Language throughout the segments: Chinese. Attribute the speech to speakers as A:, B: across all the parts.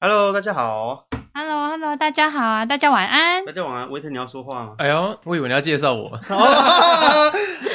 A: Hello，大家好，
B: Hello Hello，大家好啊，大家晚安。
A: 大家晚安。维特，你要说话 吗？
C: 哎呦，我以为你要介绍我。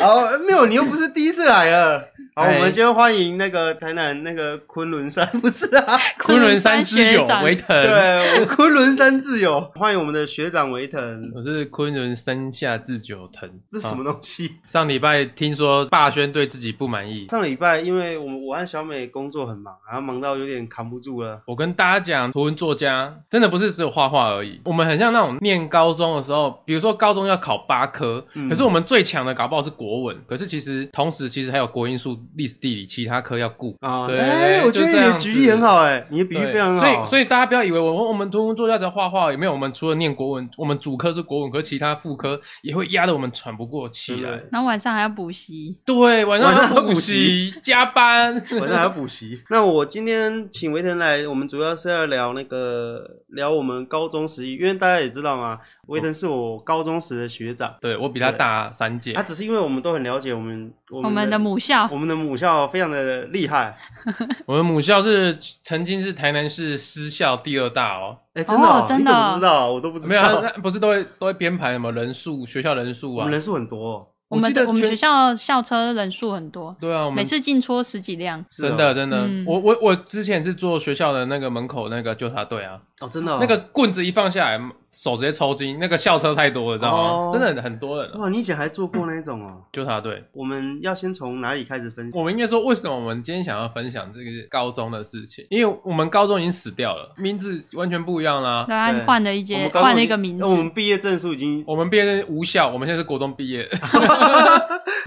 A: 哦，没有，你又不是第一次来了。好，我
C: 哎
A: 们今天欢迎那个台南那个昆仑山，不是啊？
C: 昆仑山之友
B: 学长
C: 维腾，
A: 对，我昆仑山自由，欢迎我们的学长维腾。
C: 我是昆仑山下智久藤。
A: 这是什么东 西？
C: 啊上礼拜听说霸轩对自己不满意，
A: 上礼拜因为我们我和小美工作很忙，然后忙到有点扛不住了。
C: 我跟大家讲，图文作家真的不是只有画画而已。我们很像那种念高中的时候，比如说高中要考八科，
A: 嗯
C: 可是我们最强的搞不好是国文，可是其实同时其实还有国英数、历史、地理其他科要顾。
A: 啊，
C: 对
A: 哎，我觉得
C: 就
A: 你
C: 这样
A: 的
C: 子
A: 举例很好，哎，你的比喻
C: 对
A: 非常好。
C: 所以所以大家不要以为我我们图文作家只要画画，也没有我们除了念国文，我们主科是国文，可是其他副科也会压得我们喘不过气
A: 对
C: 来。
B: 然后晚上还要补习，
C: 对，晚上
A: 晚上
C: 要
A: 补
C: 补习、加班。
A: 晚上还要补习。那我今天请维腾来，我们主要是要聊那个聊我们高中时期，因为大家也知道嘛，维腾是我高中时的学长，
C: 对我比他大三届
A: 他、，只是因为我们都很了解我们我
B: 我们的母校
A: 我们的母校非常的厉害，
C: 我们母校是曾经是台南市私校第二大哦。
A: 哎、真的、
B: 哦真
A: 你
B: 的
A: 怎么知道？我都不知道。
C: 没有，啊他他不是都会都会编排什么人数、学校人数
A: 我
C: 啊
A: 们？人数很多、哦，
B: 我们
C: 记得
B: 的我们
C: 全
B: 学校校车人数很多，
C: 对啊，我
B: 每
C: 们
B: 次进戳十几辆。
A: 是哦
C: 真的真的
B: 嗯，
C: 我我我之前是做学校的那个门口那个纠察队啊，
A: 哦，真的、哦、
C: 那个棍子一放下来，手直接抽筋，那个校车太多了，知道
A: 哦
C: 吗？真的很很多人啊
A: 哇，你以前还做过那种哦？
C: 纠察队。
A: 我们要先从哪里开始分析？
C: 我们应该说，为什么我们今天想要分享这个高中的事情？因为我们高中已经死掉了，名字完全不一样啦。
B: 对啊
A: 对，
B: 换了一
A: 我
B: 间，
A: 们高中
B: 换了一个名字
A: 我。们毕业证书已经
C: 我们毕业是无效，我们现在是国中毕业，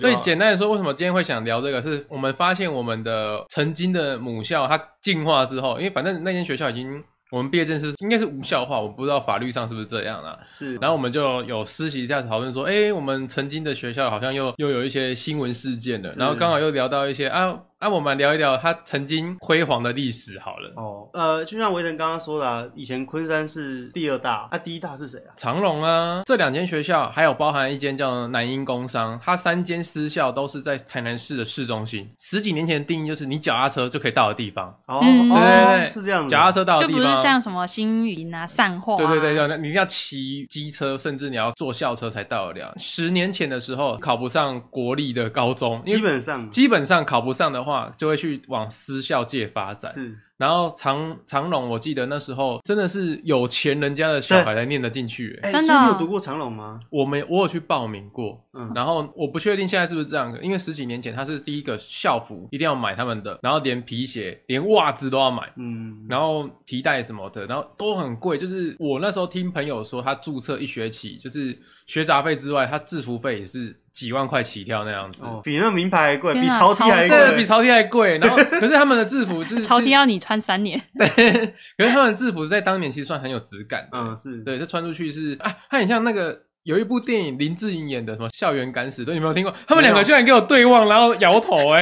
C: 所以简单的说，为什么今天会想聊这个？是我们发现我们的曾经的母校它进化之后，因为反正那间学校已经我们毕业证是应该是无效化，我不知道法律上是不是这样啦、
A: 是，
C: 然后我们就有私习一下讨论说，哎、我们曾经的学校好像又又有一些新闻事件了，
A: 是
C: 然后刚好又聊到一些啊啊，我们聊一聊它曾经辉煌的历史好了。
A: 哦，呃，就像维腾刚刚说的、啊，以前昆山是第二大，那、第一大是谁啊？
C: 长隆啊，这两间学校还有包含一间叫南英工商，它三间私校都是在台南市的市中心。十几年前的定义就是你脚踏车就可以到的地方，
A: 哦，
B: 嗯
A: 哦
C: 对对对
A: 是这样子。
C: 脚踏车到的
B: 就
C: 地
B: 不是
C: 方。
B: 像什么星云啊、散化、啊，
C: 对对对，要你一定要骑机车，甚至你要坐校车才到得了。十年前的时候，考不上国立的高中，因
A: 基
C: 为
A: 本上
C: 基本上考不上的话，就会去往私校界发展。
A: 是
C: 然后长长隆，我记得那时候真的是有钱人家的小孩才念得进去、欸
A: 哎，
B: 真
A: 所
B: 的
A: 以你有
B: 哦
A: 读过长隆吗？
C: 我们我有去报名过，
A: 嗯
C: 然后我不确定现在是不是这样，因为十几年前他是第一个校服一定要买他们的，然后连皮鞋、连袜子都要买，
A: 嗯，
C: 然后皮带什么的，然后都很贵。就是我那时候听朋友说，他注册一学期就是学杂费之外，他制服费也是几万块起跳那样子。
A: 哦，比那名牌还贵，
B: 天
A: 比
B: 啊
A: 潮梯还
B: 超
C: 这
A: 贵，
C: 比朝天还贵， 然后可是他们的制服就是
B: 朝天，要啊你穿三年，
C: 可是他们的制服在当年其实算很有质感的，
A: 嗯是，
C: 对，这穿出去是啊，它很像那个有一部电影林志颖演的什么《校园敢死队》，你没有听过？他们两
A: 没
C: 个
A: 有
C: 居然给我对望，然后摇头、 哎，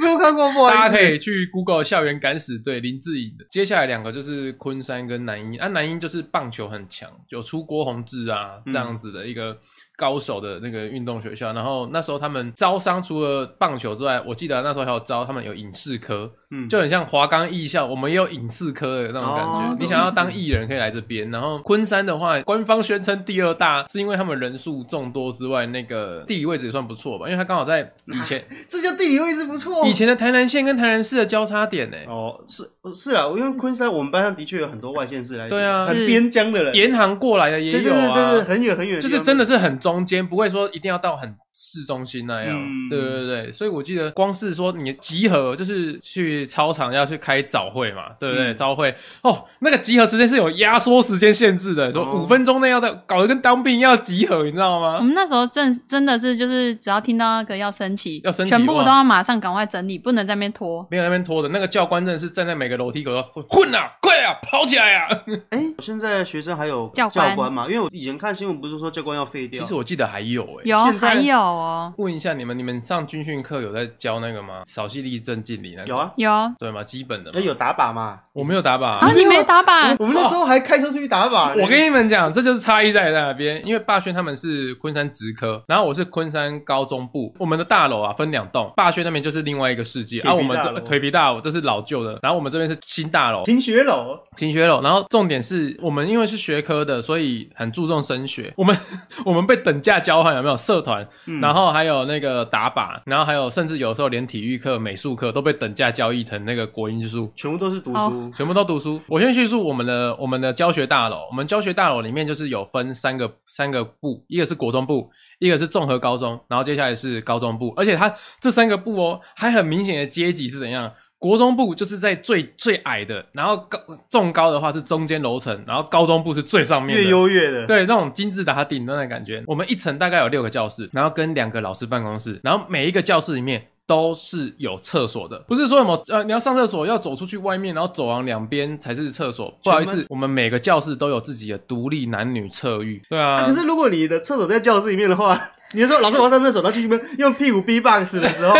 A: 没有看过，不好
C: 大
A: 意
C: 家
A: 思。
C: 可以去 Google《校园敢死队》林志颖的。接下来两个就是昆山跟南英，啊，南英就是棒球很强，有出郭宏志啊
A: 嗯
C: 这样子的一个。高手的那个运动学校，然后那时候他们招商除了棒球之外，我记得那时候还有招他们有影视科，
A: 嗯，
C: 就很像华冈艺校，我们也有影视科的那种感觉。
A: 哦
C: 你想要当艺人，可以来这边。然后昆山的话，官方宣称第二大，是因为他们人数众多之外，那个地理位置也算不错吧，因为它刚好在以前、
A: 啊这叫地理位置不错。
C: 以前的台南县跟台南市的交叉点呢、
A: 哦是是啊，因为昆山我们班上的确有很多外县市来，
C: 对啊
A: 很
B: 是
A: 边疆的人，
C: 沿航过来的也
A: 对对
C: 有
A: 对对对，
C: 啊，
A: 很远很远，
C: 就是真的。是很中间，不会说一定要到很市中心那样。
A: 嗯
C: 对对对，所以我记得光是说你集合，就是去操场要去开早会嘛，对不对？
A: 嗯
C: 早会哦，那个集合时间是有压缩时间限制的，说
A: 哦
C: 五分钟内要在，搞得跟当兵一样集合，你知 道
B: 我
C: 吗？
B: 们那时候真真的是就是只要听到那个要升旗，
C: 要升旗
B: 全部
C: 哇
B: 都要马上赶快整理，不能在那边拖。
C: 没有那边拖的，那个教官真的是站在每个楼梯口要混啊，快啊，跑起来啊！
A: 哎，现在学生还有
B: 教官
A: 官嘛？因为我以前看新闻不是说教官要废掉，
C: 其实我记得还有哎、
B: 有
A: 现在
B: 还有哦，
C: 问一下你们，你们上军训课有在教那个吗？扫细力、正敬礼那个？
A: 有，啊，
B: 有啊，
C: 对吗？基本的
A: 那
C: 嘛。
A: 有打靶嘛？
C: 我没有打 靶、
A: 啊
B: 你没打靶，
A: 我们那时候还开车出去打靶呢。
C: 哦我跟你们讲，这就是差异在那边，因为霸轩他们是昆山职科，然后我是昆山高中部。我们的大楼啊分两栋，霸轩那边就是另外一个世界，
A: 铁皮
C: 啊，我们
A: 大楼
C: 这腿皮大楼这是老旧的，然后我们这边是新大楼。
A: 停学楼，
C: 停学楼，然后重点是我们因为是学科的，所以很注重升学。我们 我们被等价交换，有没有社团？
A: 嗯
C: 然后还有那个打靶，然后还有甚至有时候连体育课、美术课都被等价交易成那个国英数。
A: 全部都是读书
B: 哦，
C: 全部都读书。我先叙述我们的我们的教学大楼，我们教学大楼里面就是有分三个三个部，一个是国中部，一个是综合高中，然后接下来是高中部，而且它这三个部哦，还很明显的阶级是怎样。国中部就是在最最矮的，然后高重高的话是中间楼层，然后高中部是最上面的，
A: 越优越 的。
C: 对，那种金字塔顶端的感觉。我们一层大概有六个教室，然后跟两个老师办公室，然后每一个教室里面。都是有厕所的，不是说什么呃，你要上厕所要走出去外面，然后走廊两边才是厕所。不好意
A: 全
C: 思，我们每个教室都有自己的独立男女厕浴。对啊，
A: 啊 可是如果你的厕所在教室里面的话，你就说老师我要上厕所，然后去那边用屁股 B box 的时候，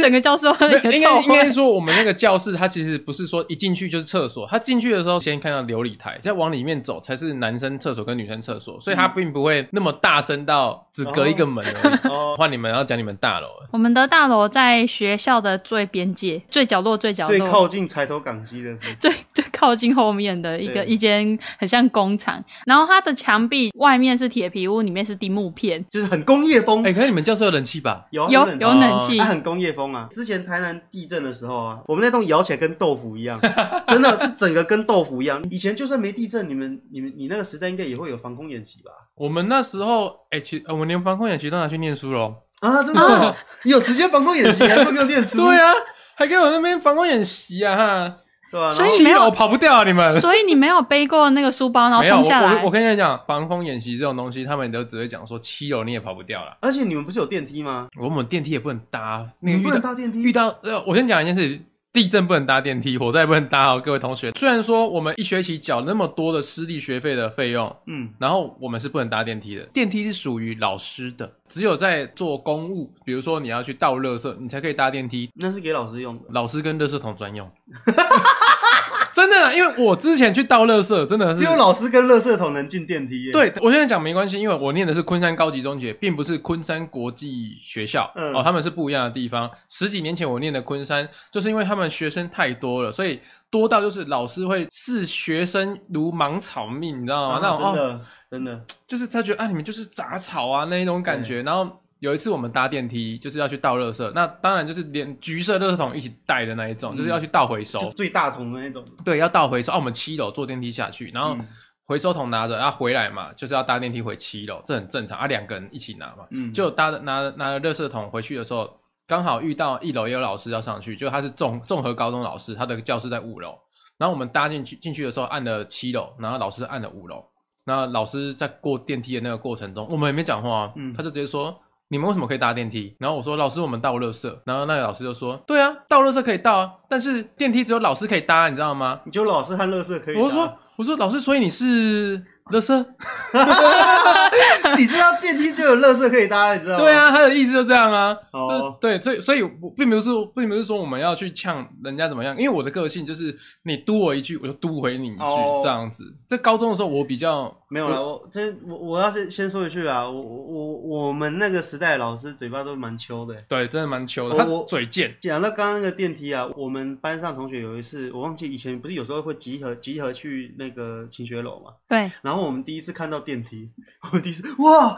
B: 整个教室都
C: 没
B: 有
C: 有应
B: 臭
C: 该应该
B: 味。
C: 说，我们那个教室它其实不是说一进去就是厕所，它进去的时候先看到琉璃台，再往里面走才是男生厕所跟女生厕所，所以它并不会那么大声到只隔一个门而已。
A: 哦，
C: 换你们要讲你们大楼了，
B: 我们的大楼在学校的最边界、最角落、最角
A: 最
B: 落、
A: 靠近柴头港西的是
B: 最最靠近后面的一个
A: 对
B: 一间很像工厂，然后它的墙壁外面是铁皮屋，里面是钉木片，
A: 就是很工业风
C: 哎、，可是你们教室有冷气吧？
A: 哦有
B: 有
A: 冷
B: 有
A: 气
B: 冷气
A: 它，很工业风啊！之前台南地震的时候啊，我们那栋摇起来跟豆腐一样，真的是整个跟豆腐一样。以前就算没地震，你们、你们、你那个时代应该也会有防空演习吧？
C: 我们那时候，哎、其呃我们连防空演习都拿去念书了。
A: 啊，真的、哦，你有时间防空演习，你还不给我念书？
C: 对啊，还给我那边防空演习啊哈！
A: 对吧？
B: 所以
C: 七
B: 没有
C: 楼跑不掉啊，你 们。
B: 所以你没有背过那个书包，然后
C: 没有，
B: 冲下
C: 我我我
B: 来。
C: 跟你讲，防空演习这种东西，他们都只会讲说七楼你也跑不掉啦。
A: 而且你们不是有电梯吗？
C: 我们电梯也不能搭，那
A: 你们
C: 个遇
A: 不能
C: 到
A: 搭电
C: 遇
A: 梯，
C: 到呃，我先讲一件事。地震不能搭电梯，火灾不能搭哦，各位同学。虽然说我们一学期缴那么多的私立学费的费用，
A: 嗯，
C: 然后我们是不能搭电梯的，电梯是属于老师的，只有在做公务，比如说你要去倒垃圾，你才可以搭电梯，
A: 那是给老师用的。
C: 老师跟垃圾桶专用。 真的啊啦，因为我之前去倒垃圾，真的是
A: 只有老师跟垃圾桶能进电梯耶。，
C: 对我现在讲没关系，因为我念的是昆山高级中学，并不是昆山国际学校、
A: 嗯
C: 哦，他们是不一样的地方。十几年前我念的昆山，就是因为他们学生太多了，所以多到就是老师会视学生如芒草命，你知道吗？
A: 啊，
C: 那种
A: 真
C: 哦，
A: 的真的，
C: 就是他觉得啊，你们就是杂草啊那一种感觉。然后有一次我们搭电梯，就是要去倒垃圾，那当然就是连橘色垃圾桶一起带的那一种，
A: 嗯
C: 就是要去倒回收。
A: 就最大桶的那种。
C: 对，要倒回收。啊，我们七楼坐电梯下去，然后
A: 嗯
C: 回收桶拿着，然后回来嘛，就是要搭电梯回七楼，这很正常啊，两个人一起拿嘛。
A: 嗯，
C: 就搭拿拿垃圾桶回去的时候，刚好遇到一楼也有老师要上去，就他是综综合高中老师，他的教室在五楼。然后我们搭进去进去的时候按了七楼，然后老师按了五楼。那老师在过电梯的那个过程中，我们也没讲话、啊，
A: 嗯
C: 他就直接说。你们为什么可以搭电梯？然后我说老师，我们倒垃圾。然后那个老师就说，对啊，倒垃圾可以倒啊，但是电梯只有老师可以搭，你知道吗？
A: 你就老师和垃圾可以搭。
C: 我就说，我说老师，所以你是垃圾？
A: 你知道电梯就有垃圾可以搭，你知道吗？
C: 对，啊，他的意思就这样啊。
A: 哦
C: 那对，所以所以我并不是并不是说我们要去呛人家怎么样，因为我的个性就是你嘟我一句，我就嘟回你一句、
A: 哦
C: 这样子。在高中的时候，我比较
A: 没有啦，我这我我要先先说一句啊，我我我我们那个时代的老师嘴巴都蛮秋的。
C: 对，真的蛮糗的，
A: 我
C: 他
A: 哦我
C: 嘴贱。
A: 讲到刚刚那个电梯啊，我们班上同学有一次，我忘记以前不是有时候会集合集合去那个勤学楼嘛，
B: 对，
A: 然后我们第一次看到电梯， 我们第一次哇，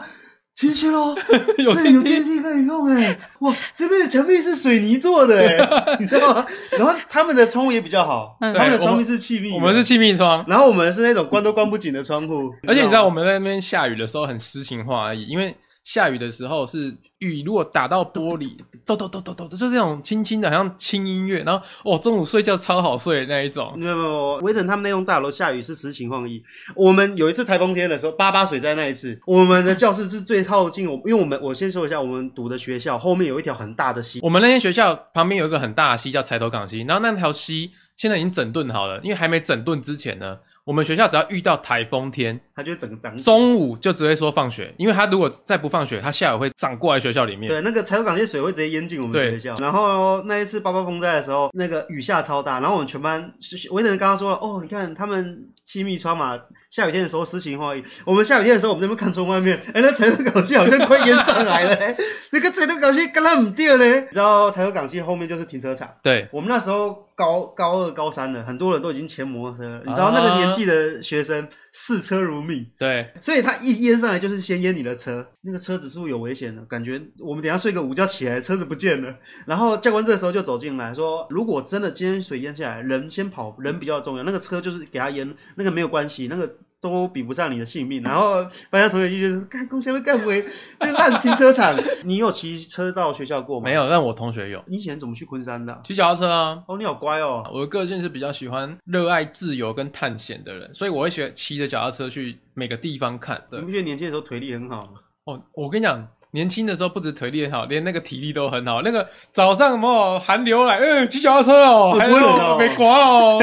A: 勤学楼
C: 有
A: 这里有电
C: 电
A: 梯可以用哎、哇，这边的墙壁是水泥做的哎、 你知道吗？然后他们的窗户也比较好，
B: 嗯
A: 他们的
C: 对
A: 窗
C: 我
A: 户
C: 们
A: 是气密的，
C: 我们是气密窗，
A: 然后我们是那种关都关不紧的窗户，
C: 而且你知道
A: 吗
C: 我们在那边下雨的时候很诗情画意，因为下雨的时候是雨如果打到玻璃，咚咚咚咚咚，就是那种轻轻的，好像轻音乐。然后哦，中午睡觉超好睡的那一种。
A: 没有没有没有，威腾他们那栋大楼下雨是实情况一。我们有一次台风天的时候，八八水灾那一次，我们的教室是最靠近我，因为我们我先说一下，我们读的学校后面有一条很大的溪，
C: 我们那间学校旁边有一个很大的溪叫柴头港溪，然后那条溪现在已经整顿好了，因为还没整顿之前呢，我们学校只要遇到台风天，
A: 他就整个长
C: 中午就只会说放学，因为他如果再不放学，他下午会涨过来学校里面。
A: 对，那个柴油港线水会直接淹进我们
C: 对
A: 学校。然后那一次八八风灾的时候，那个雨下超大，然后我们全班，是我也能刚刚说了，哦，你看他们亲密穿嘛，下雨天的时候诗情画意。我们下雨天的时候，我们在那边看窗外面， 哎、那柴油港线好像快淹上来了、哎那个柴油港线干烂唔掉嘞。你知道柴油港线后面就是停车场。
C: 对，
A: 我们那时候高高二、高三了，很多人都已经骑摩托车了。你知道那个年纪的学生视车如命，
C: 对，
A: 所以他一淹上来就是先淹你的车，那个车子是不是有危险了？感觉我们等一下睡个午觉起来，车子不见了。然后教官这时候就走进来说，如果真的今天水淹下来，人先跑，人比较重要，那个车就是给他淹，那个没有关系，那个。都比不上你的性命，然后班上同学就觉得说：“干，公下会干回这个烂停车场。”你有骑车到学校过吗？
C: 没。有，但我同学有
A: 你以前怎么去昆山的啊、
C: 骑脚踏车啊。
A: 哦，你好乖哦。
C: 我的个性是比较喜欢热爱自由跟探险的人，所以我会学骑着脚踏车去每个地方看。对
A: 你，不觉得年轻的时候腿力很好吗？
C: 哦，我跟你讲，年轻的时候不止腿力很好，连那个体力都很好。那个早上没有寒流来，嗯，骑脚踏车哦，
A: 会
C: 还
A: 不会冷
C: 有
A: 哦
C: 没刮 哦。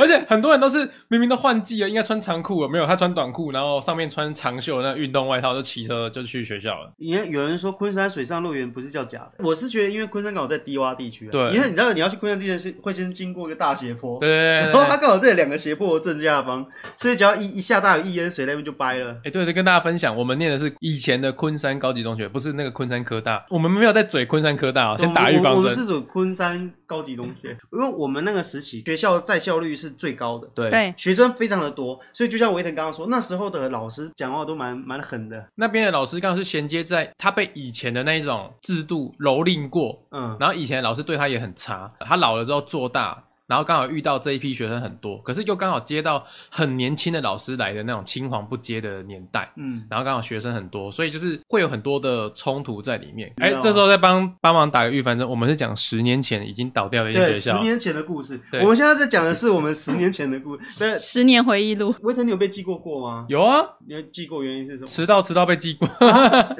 C: 而且很多人都是明明都换季了，应该穿长裤了，没有他穿短裤，然后上面穿长袖那运动外套，就骑车就去学校了。
A: 你看有人说昆山水上乐园不是叫假的，我是觉得因为昆山刚好在低洼地区、啊，
C: 对
A: 因为你知道你要去昆山地区是会先经过一个大斜坡，
C: 对对对
A: 然
C: 对
A: 后
C: 对
A: 它刚好在两个斜坡的正下方，所以只要一一下大雨一淹水那边就掰了。
C: 哎、对，就跟大家分享，我们念的是以前的昆山高级中学，不是那个昆山科大。我们没有在嘴昆山科大啊，先打预
A: 哦我
C: 防
A: 们我们
C: 针。
A: 是属昆山高级中学，因为我们那个时期学校在校率是最高的。
C: 对，
B: 对，
A: 学生非常的多，所以就像维腾刚刚说，那时候的老师讲话都蛮蛮狠的，
C: 那边的老师刚好是衔接在他被以前的那一种制度蹂躏过，
A: 嗯，
C: 然后以前老师对他也很差，他老了之后做大，然后刚好遇到这一批学生很多，可是又刚好接到很年轻的老师来的那种青黄不接的年代。
A: 嗯，
C: 然后刚好学生很多，所以就是会有很多的冲突在里面。
A: 知
C: 哎
A: 道，
C: 这时候再帮帮忙打个预防针，我们是讲十年前已经倒掉的一间
A: 对，
C: 学
A: 十
C: 校，
A: 年前的故事，
C: 对
A: 我们现在在讲的是我们十年前的故事。 对，
B: 十年回忆录，
A: 维腾，你有被记过过吗？
C: 有啊，
A: 你有记过原因是什么？
C: 迟到迟到被记过。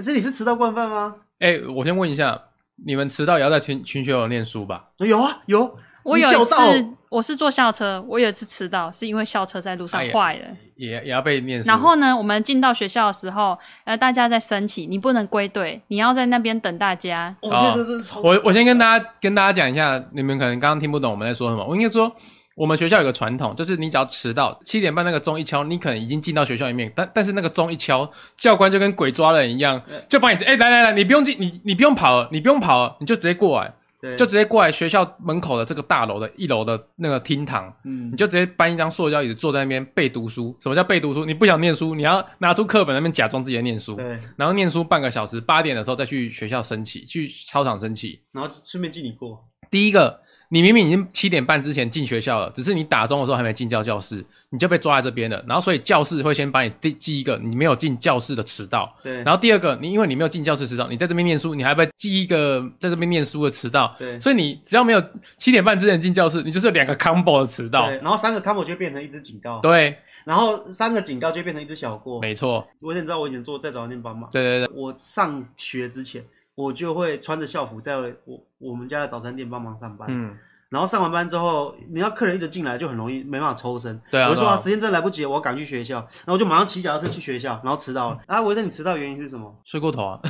A: 这里是迟到惯犯吗？
C: 哎，我先问一下，你们迟到也要在群群学友念书吧？
A: 有啊，有。
B: 我
A: 你
B: 有一
A: 小
B: 次
A: 到
B: 我是坐校车，我有一次迟到，是因为校车在路上
C: 哎呀
B: 坏了。
C: 也也要被念书？
B: 然后呢，我们进到学校的时候，呃，大家在升旗，你不能归队，你要在那边等大家。
A: 我
C: 啊
A: 觉得这是超。
C: 我我先跟大家跟大家讲一下，你们可能刚刚听不懂我们在说什么。我应该说，我们学校有个传统，就是你只要迟到七点半那个钟一敲，你可能已经进到学校里面，但但是那个钟一敲，教官就跟鬼抓人一样，就把你哎、来来来，你不用进，你你不用跑了，你不用跑了，你就直接过来，
A: 对，
C: 就直接过来学校门口的这个大楼的一楼的那个厅堂。
A: 嗯
C: 你，就直接搬一张塑胶椅子坐在那边背读书。什么叫背读书？你不想念书，你要拿出课本那边假装自己在念书，
A: 对，
C: 然后念书半个小时，八点的时候再去学校升旗，去操场升旗。
A: 然后顺便记你过。
C: 第一个，你明明已经七点半之前进学校了，只是你打钟的时候还没进教教室，你就被抓在这边了。然后所以教室会先把你第记一个你没有进教室的迟到，
A: 对，
C: 然后第二个，你因为你没有进教室迟到，你在这边念书，你还被记一个在这边念书的迟到。
A: 对
C: 所以你只要没有七点半之前进教室，你就是有两个 combo 的迟到。
A: 对，然后三个 combo 就会变成一只警告，
C: 对，
A: 然后三个警告就会变成一只小过。
C: 没错，
A: 我也知道我以前做在早念班嘛，
C: 对对对，
A: 我上学之前我就会穿着校服在我我们家的早餐店帮忙上班。
C: 嗯，
A: 然后上完班之后，你要客人一直进来，就很容易没办法抽身。
C: 对啊
A: 我就说、
C: 对啊
A: 时间真的来不及了，我要赶去学校，然后我就马上骑脚踏车去学校，然后迟到了。啊，我问你迟到原因是什么？
C: 睡过头啊，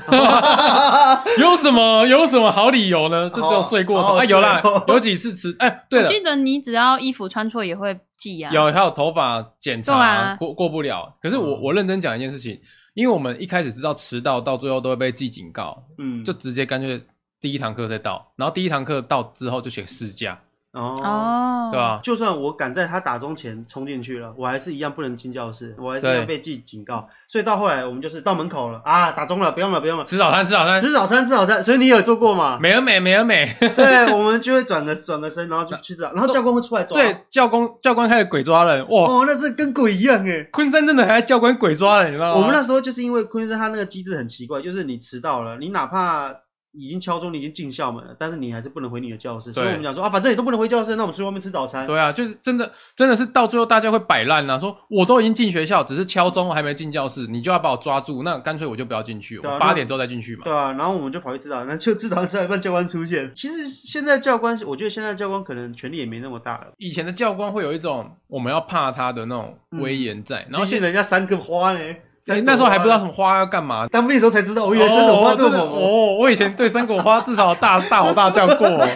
C: 有什么有什么好理由呢？就只有睡过头、
A: 哦哦
C: 啊，有啦
A: 是哦，
C: 有几次迟，哎、对
B: 我
C: 了，
B: 记得你只要衣服穿错也会记啊。
C: 有，还有头发检查、
B: 对啊
C: 过过不了。可是我、
A: 嗯
C: 我认真讲一件事情，因为我们一开始知道迟到，到最后都会被记警告，
A: 嗯，
C: 就直接干脆第一堂课再到，然后第一堂课到之后就写试驾，
A: 哦。
B: 哦，
C: 对啊吧、
A: 就算我赶在他打钟前冲进去了，我还是一样不能进教室，我还是
C: 对
A: 要被记警告。所以到后来，我们就是到门口了啊，打钟了，不用了，不用了，
C: 吃早餐，吃早餐，
A: 吃早餐，吃早餐。所以你有做过吗？
C: 美而美，美而美。
A: 对，我们就会转个转个身，然后就去 吃早，然后教官会出来抓。啊
C: 对，，教官教官开始鬼抓人，哇！
A: 哦，那这跟鬼一样哎。
C: 昆山真的还在教官鬼抓人，你知道吗？
A: 我们那时候就是因为昆山它那个机制很奇怪，就是你迟到了，你哪怕已经敲钟，你已经进校门了，但是你还是不能回你的教室。所以
C: 对
A: 我们讲说啊，反正也都不能回教室，那我们出去外面吃早餐。
C: 对啊，就是真的，真的是到最后大家会摆烂啦，说我都已经进学校，只是敲钟还没进教室，你就要把我抓住，那干脆我就不要进去，
A: 对啊
C: 我
A: 那
C: 八点之后再进去嘛。
A: 对啊，然后我们就跑去吃早餐，就吃早餐吃到一半，教官出现。其实现在教官，我觉得现在教官可能权力也没那么大了，
C: 以前的教官会有一种我们要怕他的那种威严在，然后
A: 毕竟
C: 现在、
A: 人家三个花呢，三
C: 欸
A: 朵
C: 那时候还不知道
A: 花
C: 什么花要干嘛。
A: 当兵的时候才知道，我以为哦真的花这
C: 真
A: 么
C: 的
A: 猛。
C: 哦！我以前对三果花至少大大吼大叫 过哦，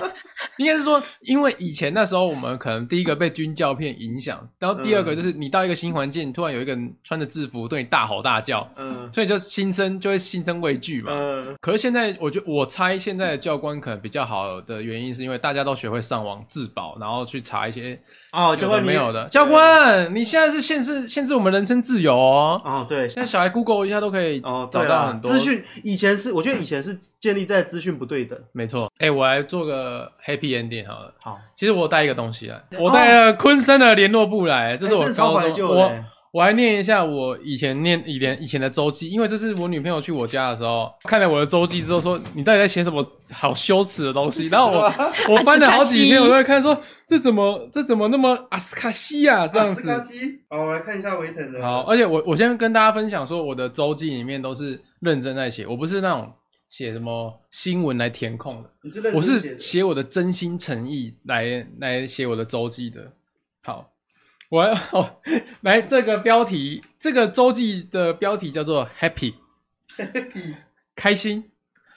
C: 应该是说，因为以前那时候我们可能第一个被军教片影响，然后第二个就是你到一个新环境，突然有一个人穿着制服对你大吼大叫，
A: 嗯
C: 所以就心生就会心生畏惧嘛。
A: 呃，
C: 可是现在，我觉得我猜现
A: 嗯
C: 在的教官可能比较好的原因，是因为大家都学会上网自保，然后去查一些
A: 哦，教
C: 有的
A: 官
C: 没
A: 你
C: 有的。教官，你现在是限制限制我们人身自由哦。
A: 哦，对，
C: 现在小孩 Google 一下都可以
A: 哦，
C: 找
A: 对
C: 到
A: 啦
C: 很，多
A: 资。讯以前是，我觉得以前是建立在资讯不对等。
C: 没错，哎，我来做个 happy ending 好了。
A: 好，
C: 其实我有带一个东西来，我带了昆山的联络部来，这是我
A: 哦哎真的超
C: 高
A: 怀
C: 中
A: 旧的
C: 我
A: 欸。
C: 我还念一下我以前念以前以前的周记，因为这是我女朋友去我家的时候看了我的周记之后说：“你到底在写什么好羞耻的 东西？”然后我
A: 哎
C: 我翻了好几篇，我都在看说这怎么这怎么那么阿斯卡西亚这样子。
A: 啊斯卡西好，我来看一下维腾的。
C: 好，，而且我我先跟大家分享说，我的周记里面都是认真在写，我不是那种写什么新闻来填空的，
A: 你是认
C: 我
A: 真
C: 是
A: 写
C: 写我的真心诚意来来写我的周记的。好，我要、哦、来这个标题，这个周记的标题叫做 “Happy”，开心，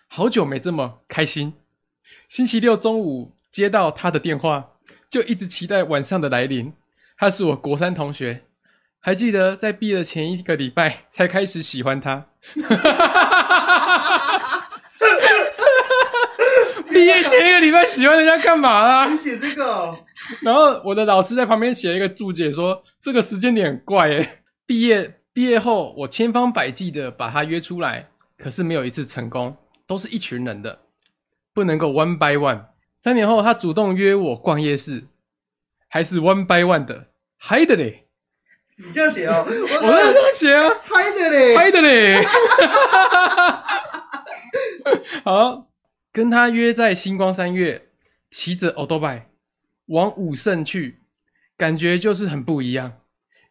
C: 好久没这么开心。星期六中午接到他的电话，就一直期待晚上的来临。他是我国三同学，还记得在毕业的前一个礼拜才开始喜欢他。 毕业前一个礼拜喜欢人家干嘛啊啦、
A: 的，你写这个哦，
C: 然后我的老师在旁边写了一个注解说，这个时间点很怪诶、 毕业毕业后，我千方百计的把他约出来，可是没有一次成功，都是一群人的，不能够 one by one。三年后，他主动约我逛夜市，还是 one by one 的，嗨的嘞，
A: 你这样写 哦，我
C: 我在这样写啊。
A: 嗨的嘞，
C: 拍的嘞。好，跟他约在星光三月，骑着 o d o b i 往武圣去，感觉就是很不一样。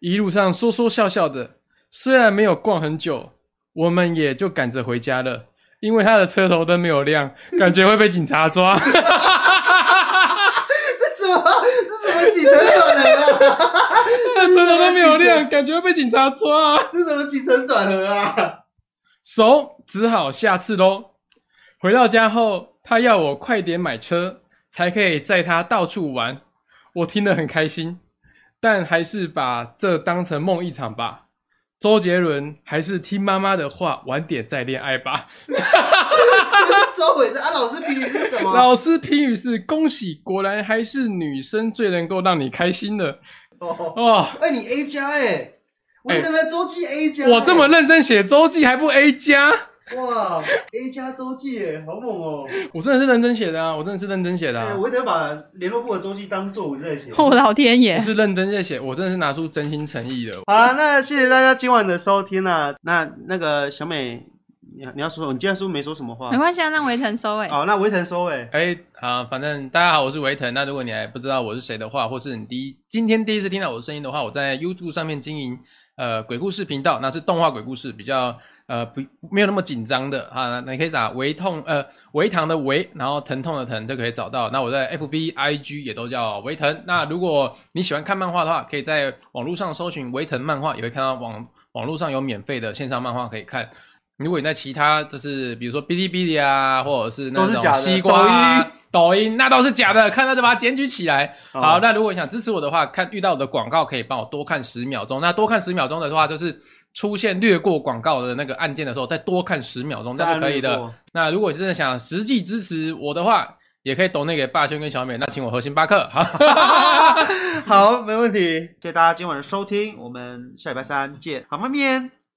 C: 一路上说说笑笑的，虽然没有逛很久，我们也就赶着回家了。因为他的车头灯没有亮，感觉会被警察抓。
A: 这什么？这什么起承转合啊？
C: 他 的车头灯没有亮，感觉会被警察抓、
A: 这什么起承转合啊？
C: 熟，只好下次喽。回到家后，他要我快点买车，才可以载他到处玩。我听得很开心，但还是把这当成梦一场吧。周杰伦还是听妈妈的话，晚点再恋爱吧。
A: 收尾这啊，老师评语是什么？
C: 老师评语是：恭喜，果然还是女生最能够让你开心的
A: 哦，
C: 哦。
A: 哎，你 A 加哎，我
C: 哎
A: 现在周记 A 加，欸
C: 我这么认真写周记还不 A 加，
A: 哇，A 加周记哎，好猛哦！
C: 我真的是认真写的啊，我真的是认真写的、
A: 哎，
C: 啊，
A: 我得把联络部的周记当作文在写。
B: 我老天
C: 我
B: 爷！
C: 是认真在写，我真的是拿出真心诚意的。
A: 好啦，那谢谢大家今晚的收听啊。那那个小美，你你要说什么？你今天是不是没说什么话
B: 没？关系啊，让围城收尾。
A: 好，那维腾收尾。
C: 哎啊、反正大家好，我是维腾。那如果你还不知道我是谁的话，或是你第一今天第一次听到我的声音的话，我在 YouTube 上面经营呃鬼故事频道，那是动画鬼故事，比较呃不没有那么紧张的啊。那你可以打维痛呃维糖的维，然后疼痛的疼就可以找到。那我在 FB、IG 也都叫维腾。那如果你喜欢看漫画的话，可以在网络上搜寻维腾漫画，也会看到网网络上有免费的线上漫画可以看。如果你在其他就是比如说哔哩哔哩啊，或者是那
A: 都是哦假
C: 种
A: 的
C: 西瓜啊、抖音，那都是假的，看到就把它检举起来。
A: 啊
C: 好，那如果你想支持我的话，看遇到我的广告可以帮我多看十秒钟。那多看十秒钟的话，就是出现略过广告的那个按键的时候，再多看十秒钟，这样就可以
A: 再按略
C: 的
A: 过。
C: 那如果真的想实际支持我的话，也可以抖内给霸轩跟小美，那请我喝星巴克。好，
A: 好，没问题。谢谢大家今晚的收听，我们下礼拜三见，好，妈咪。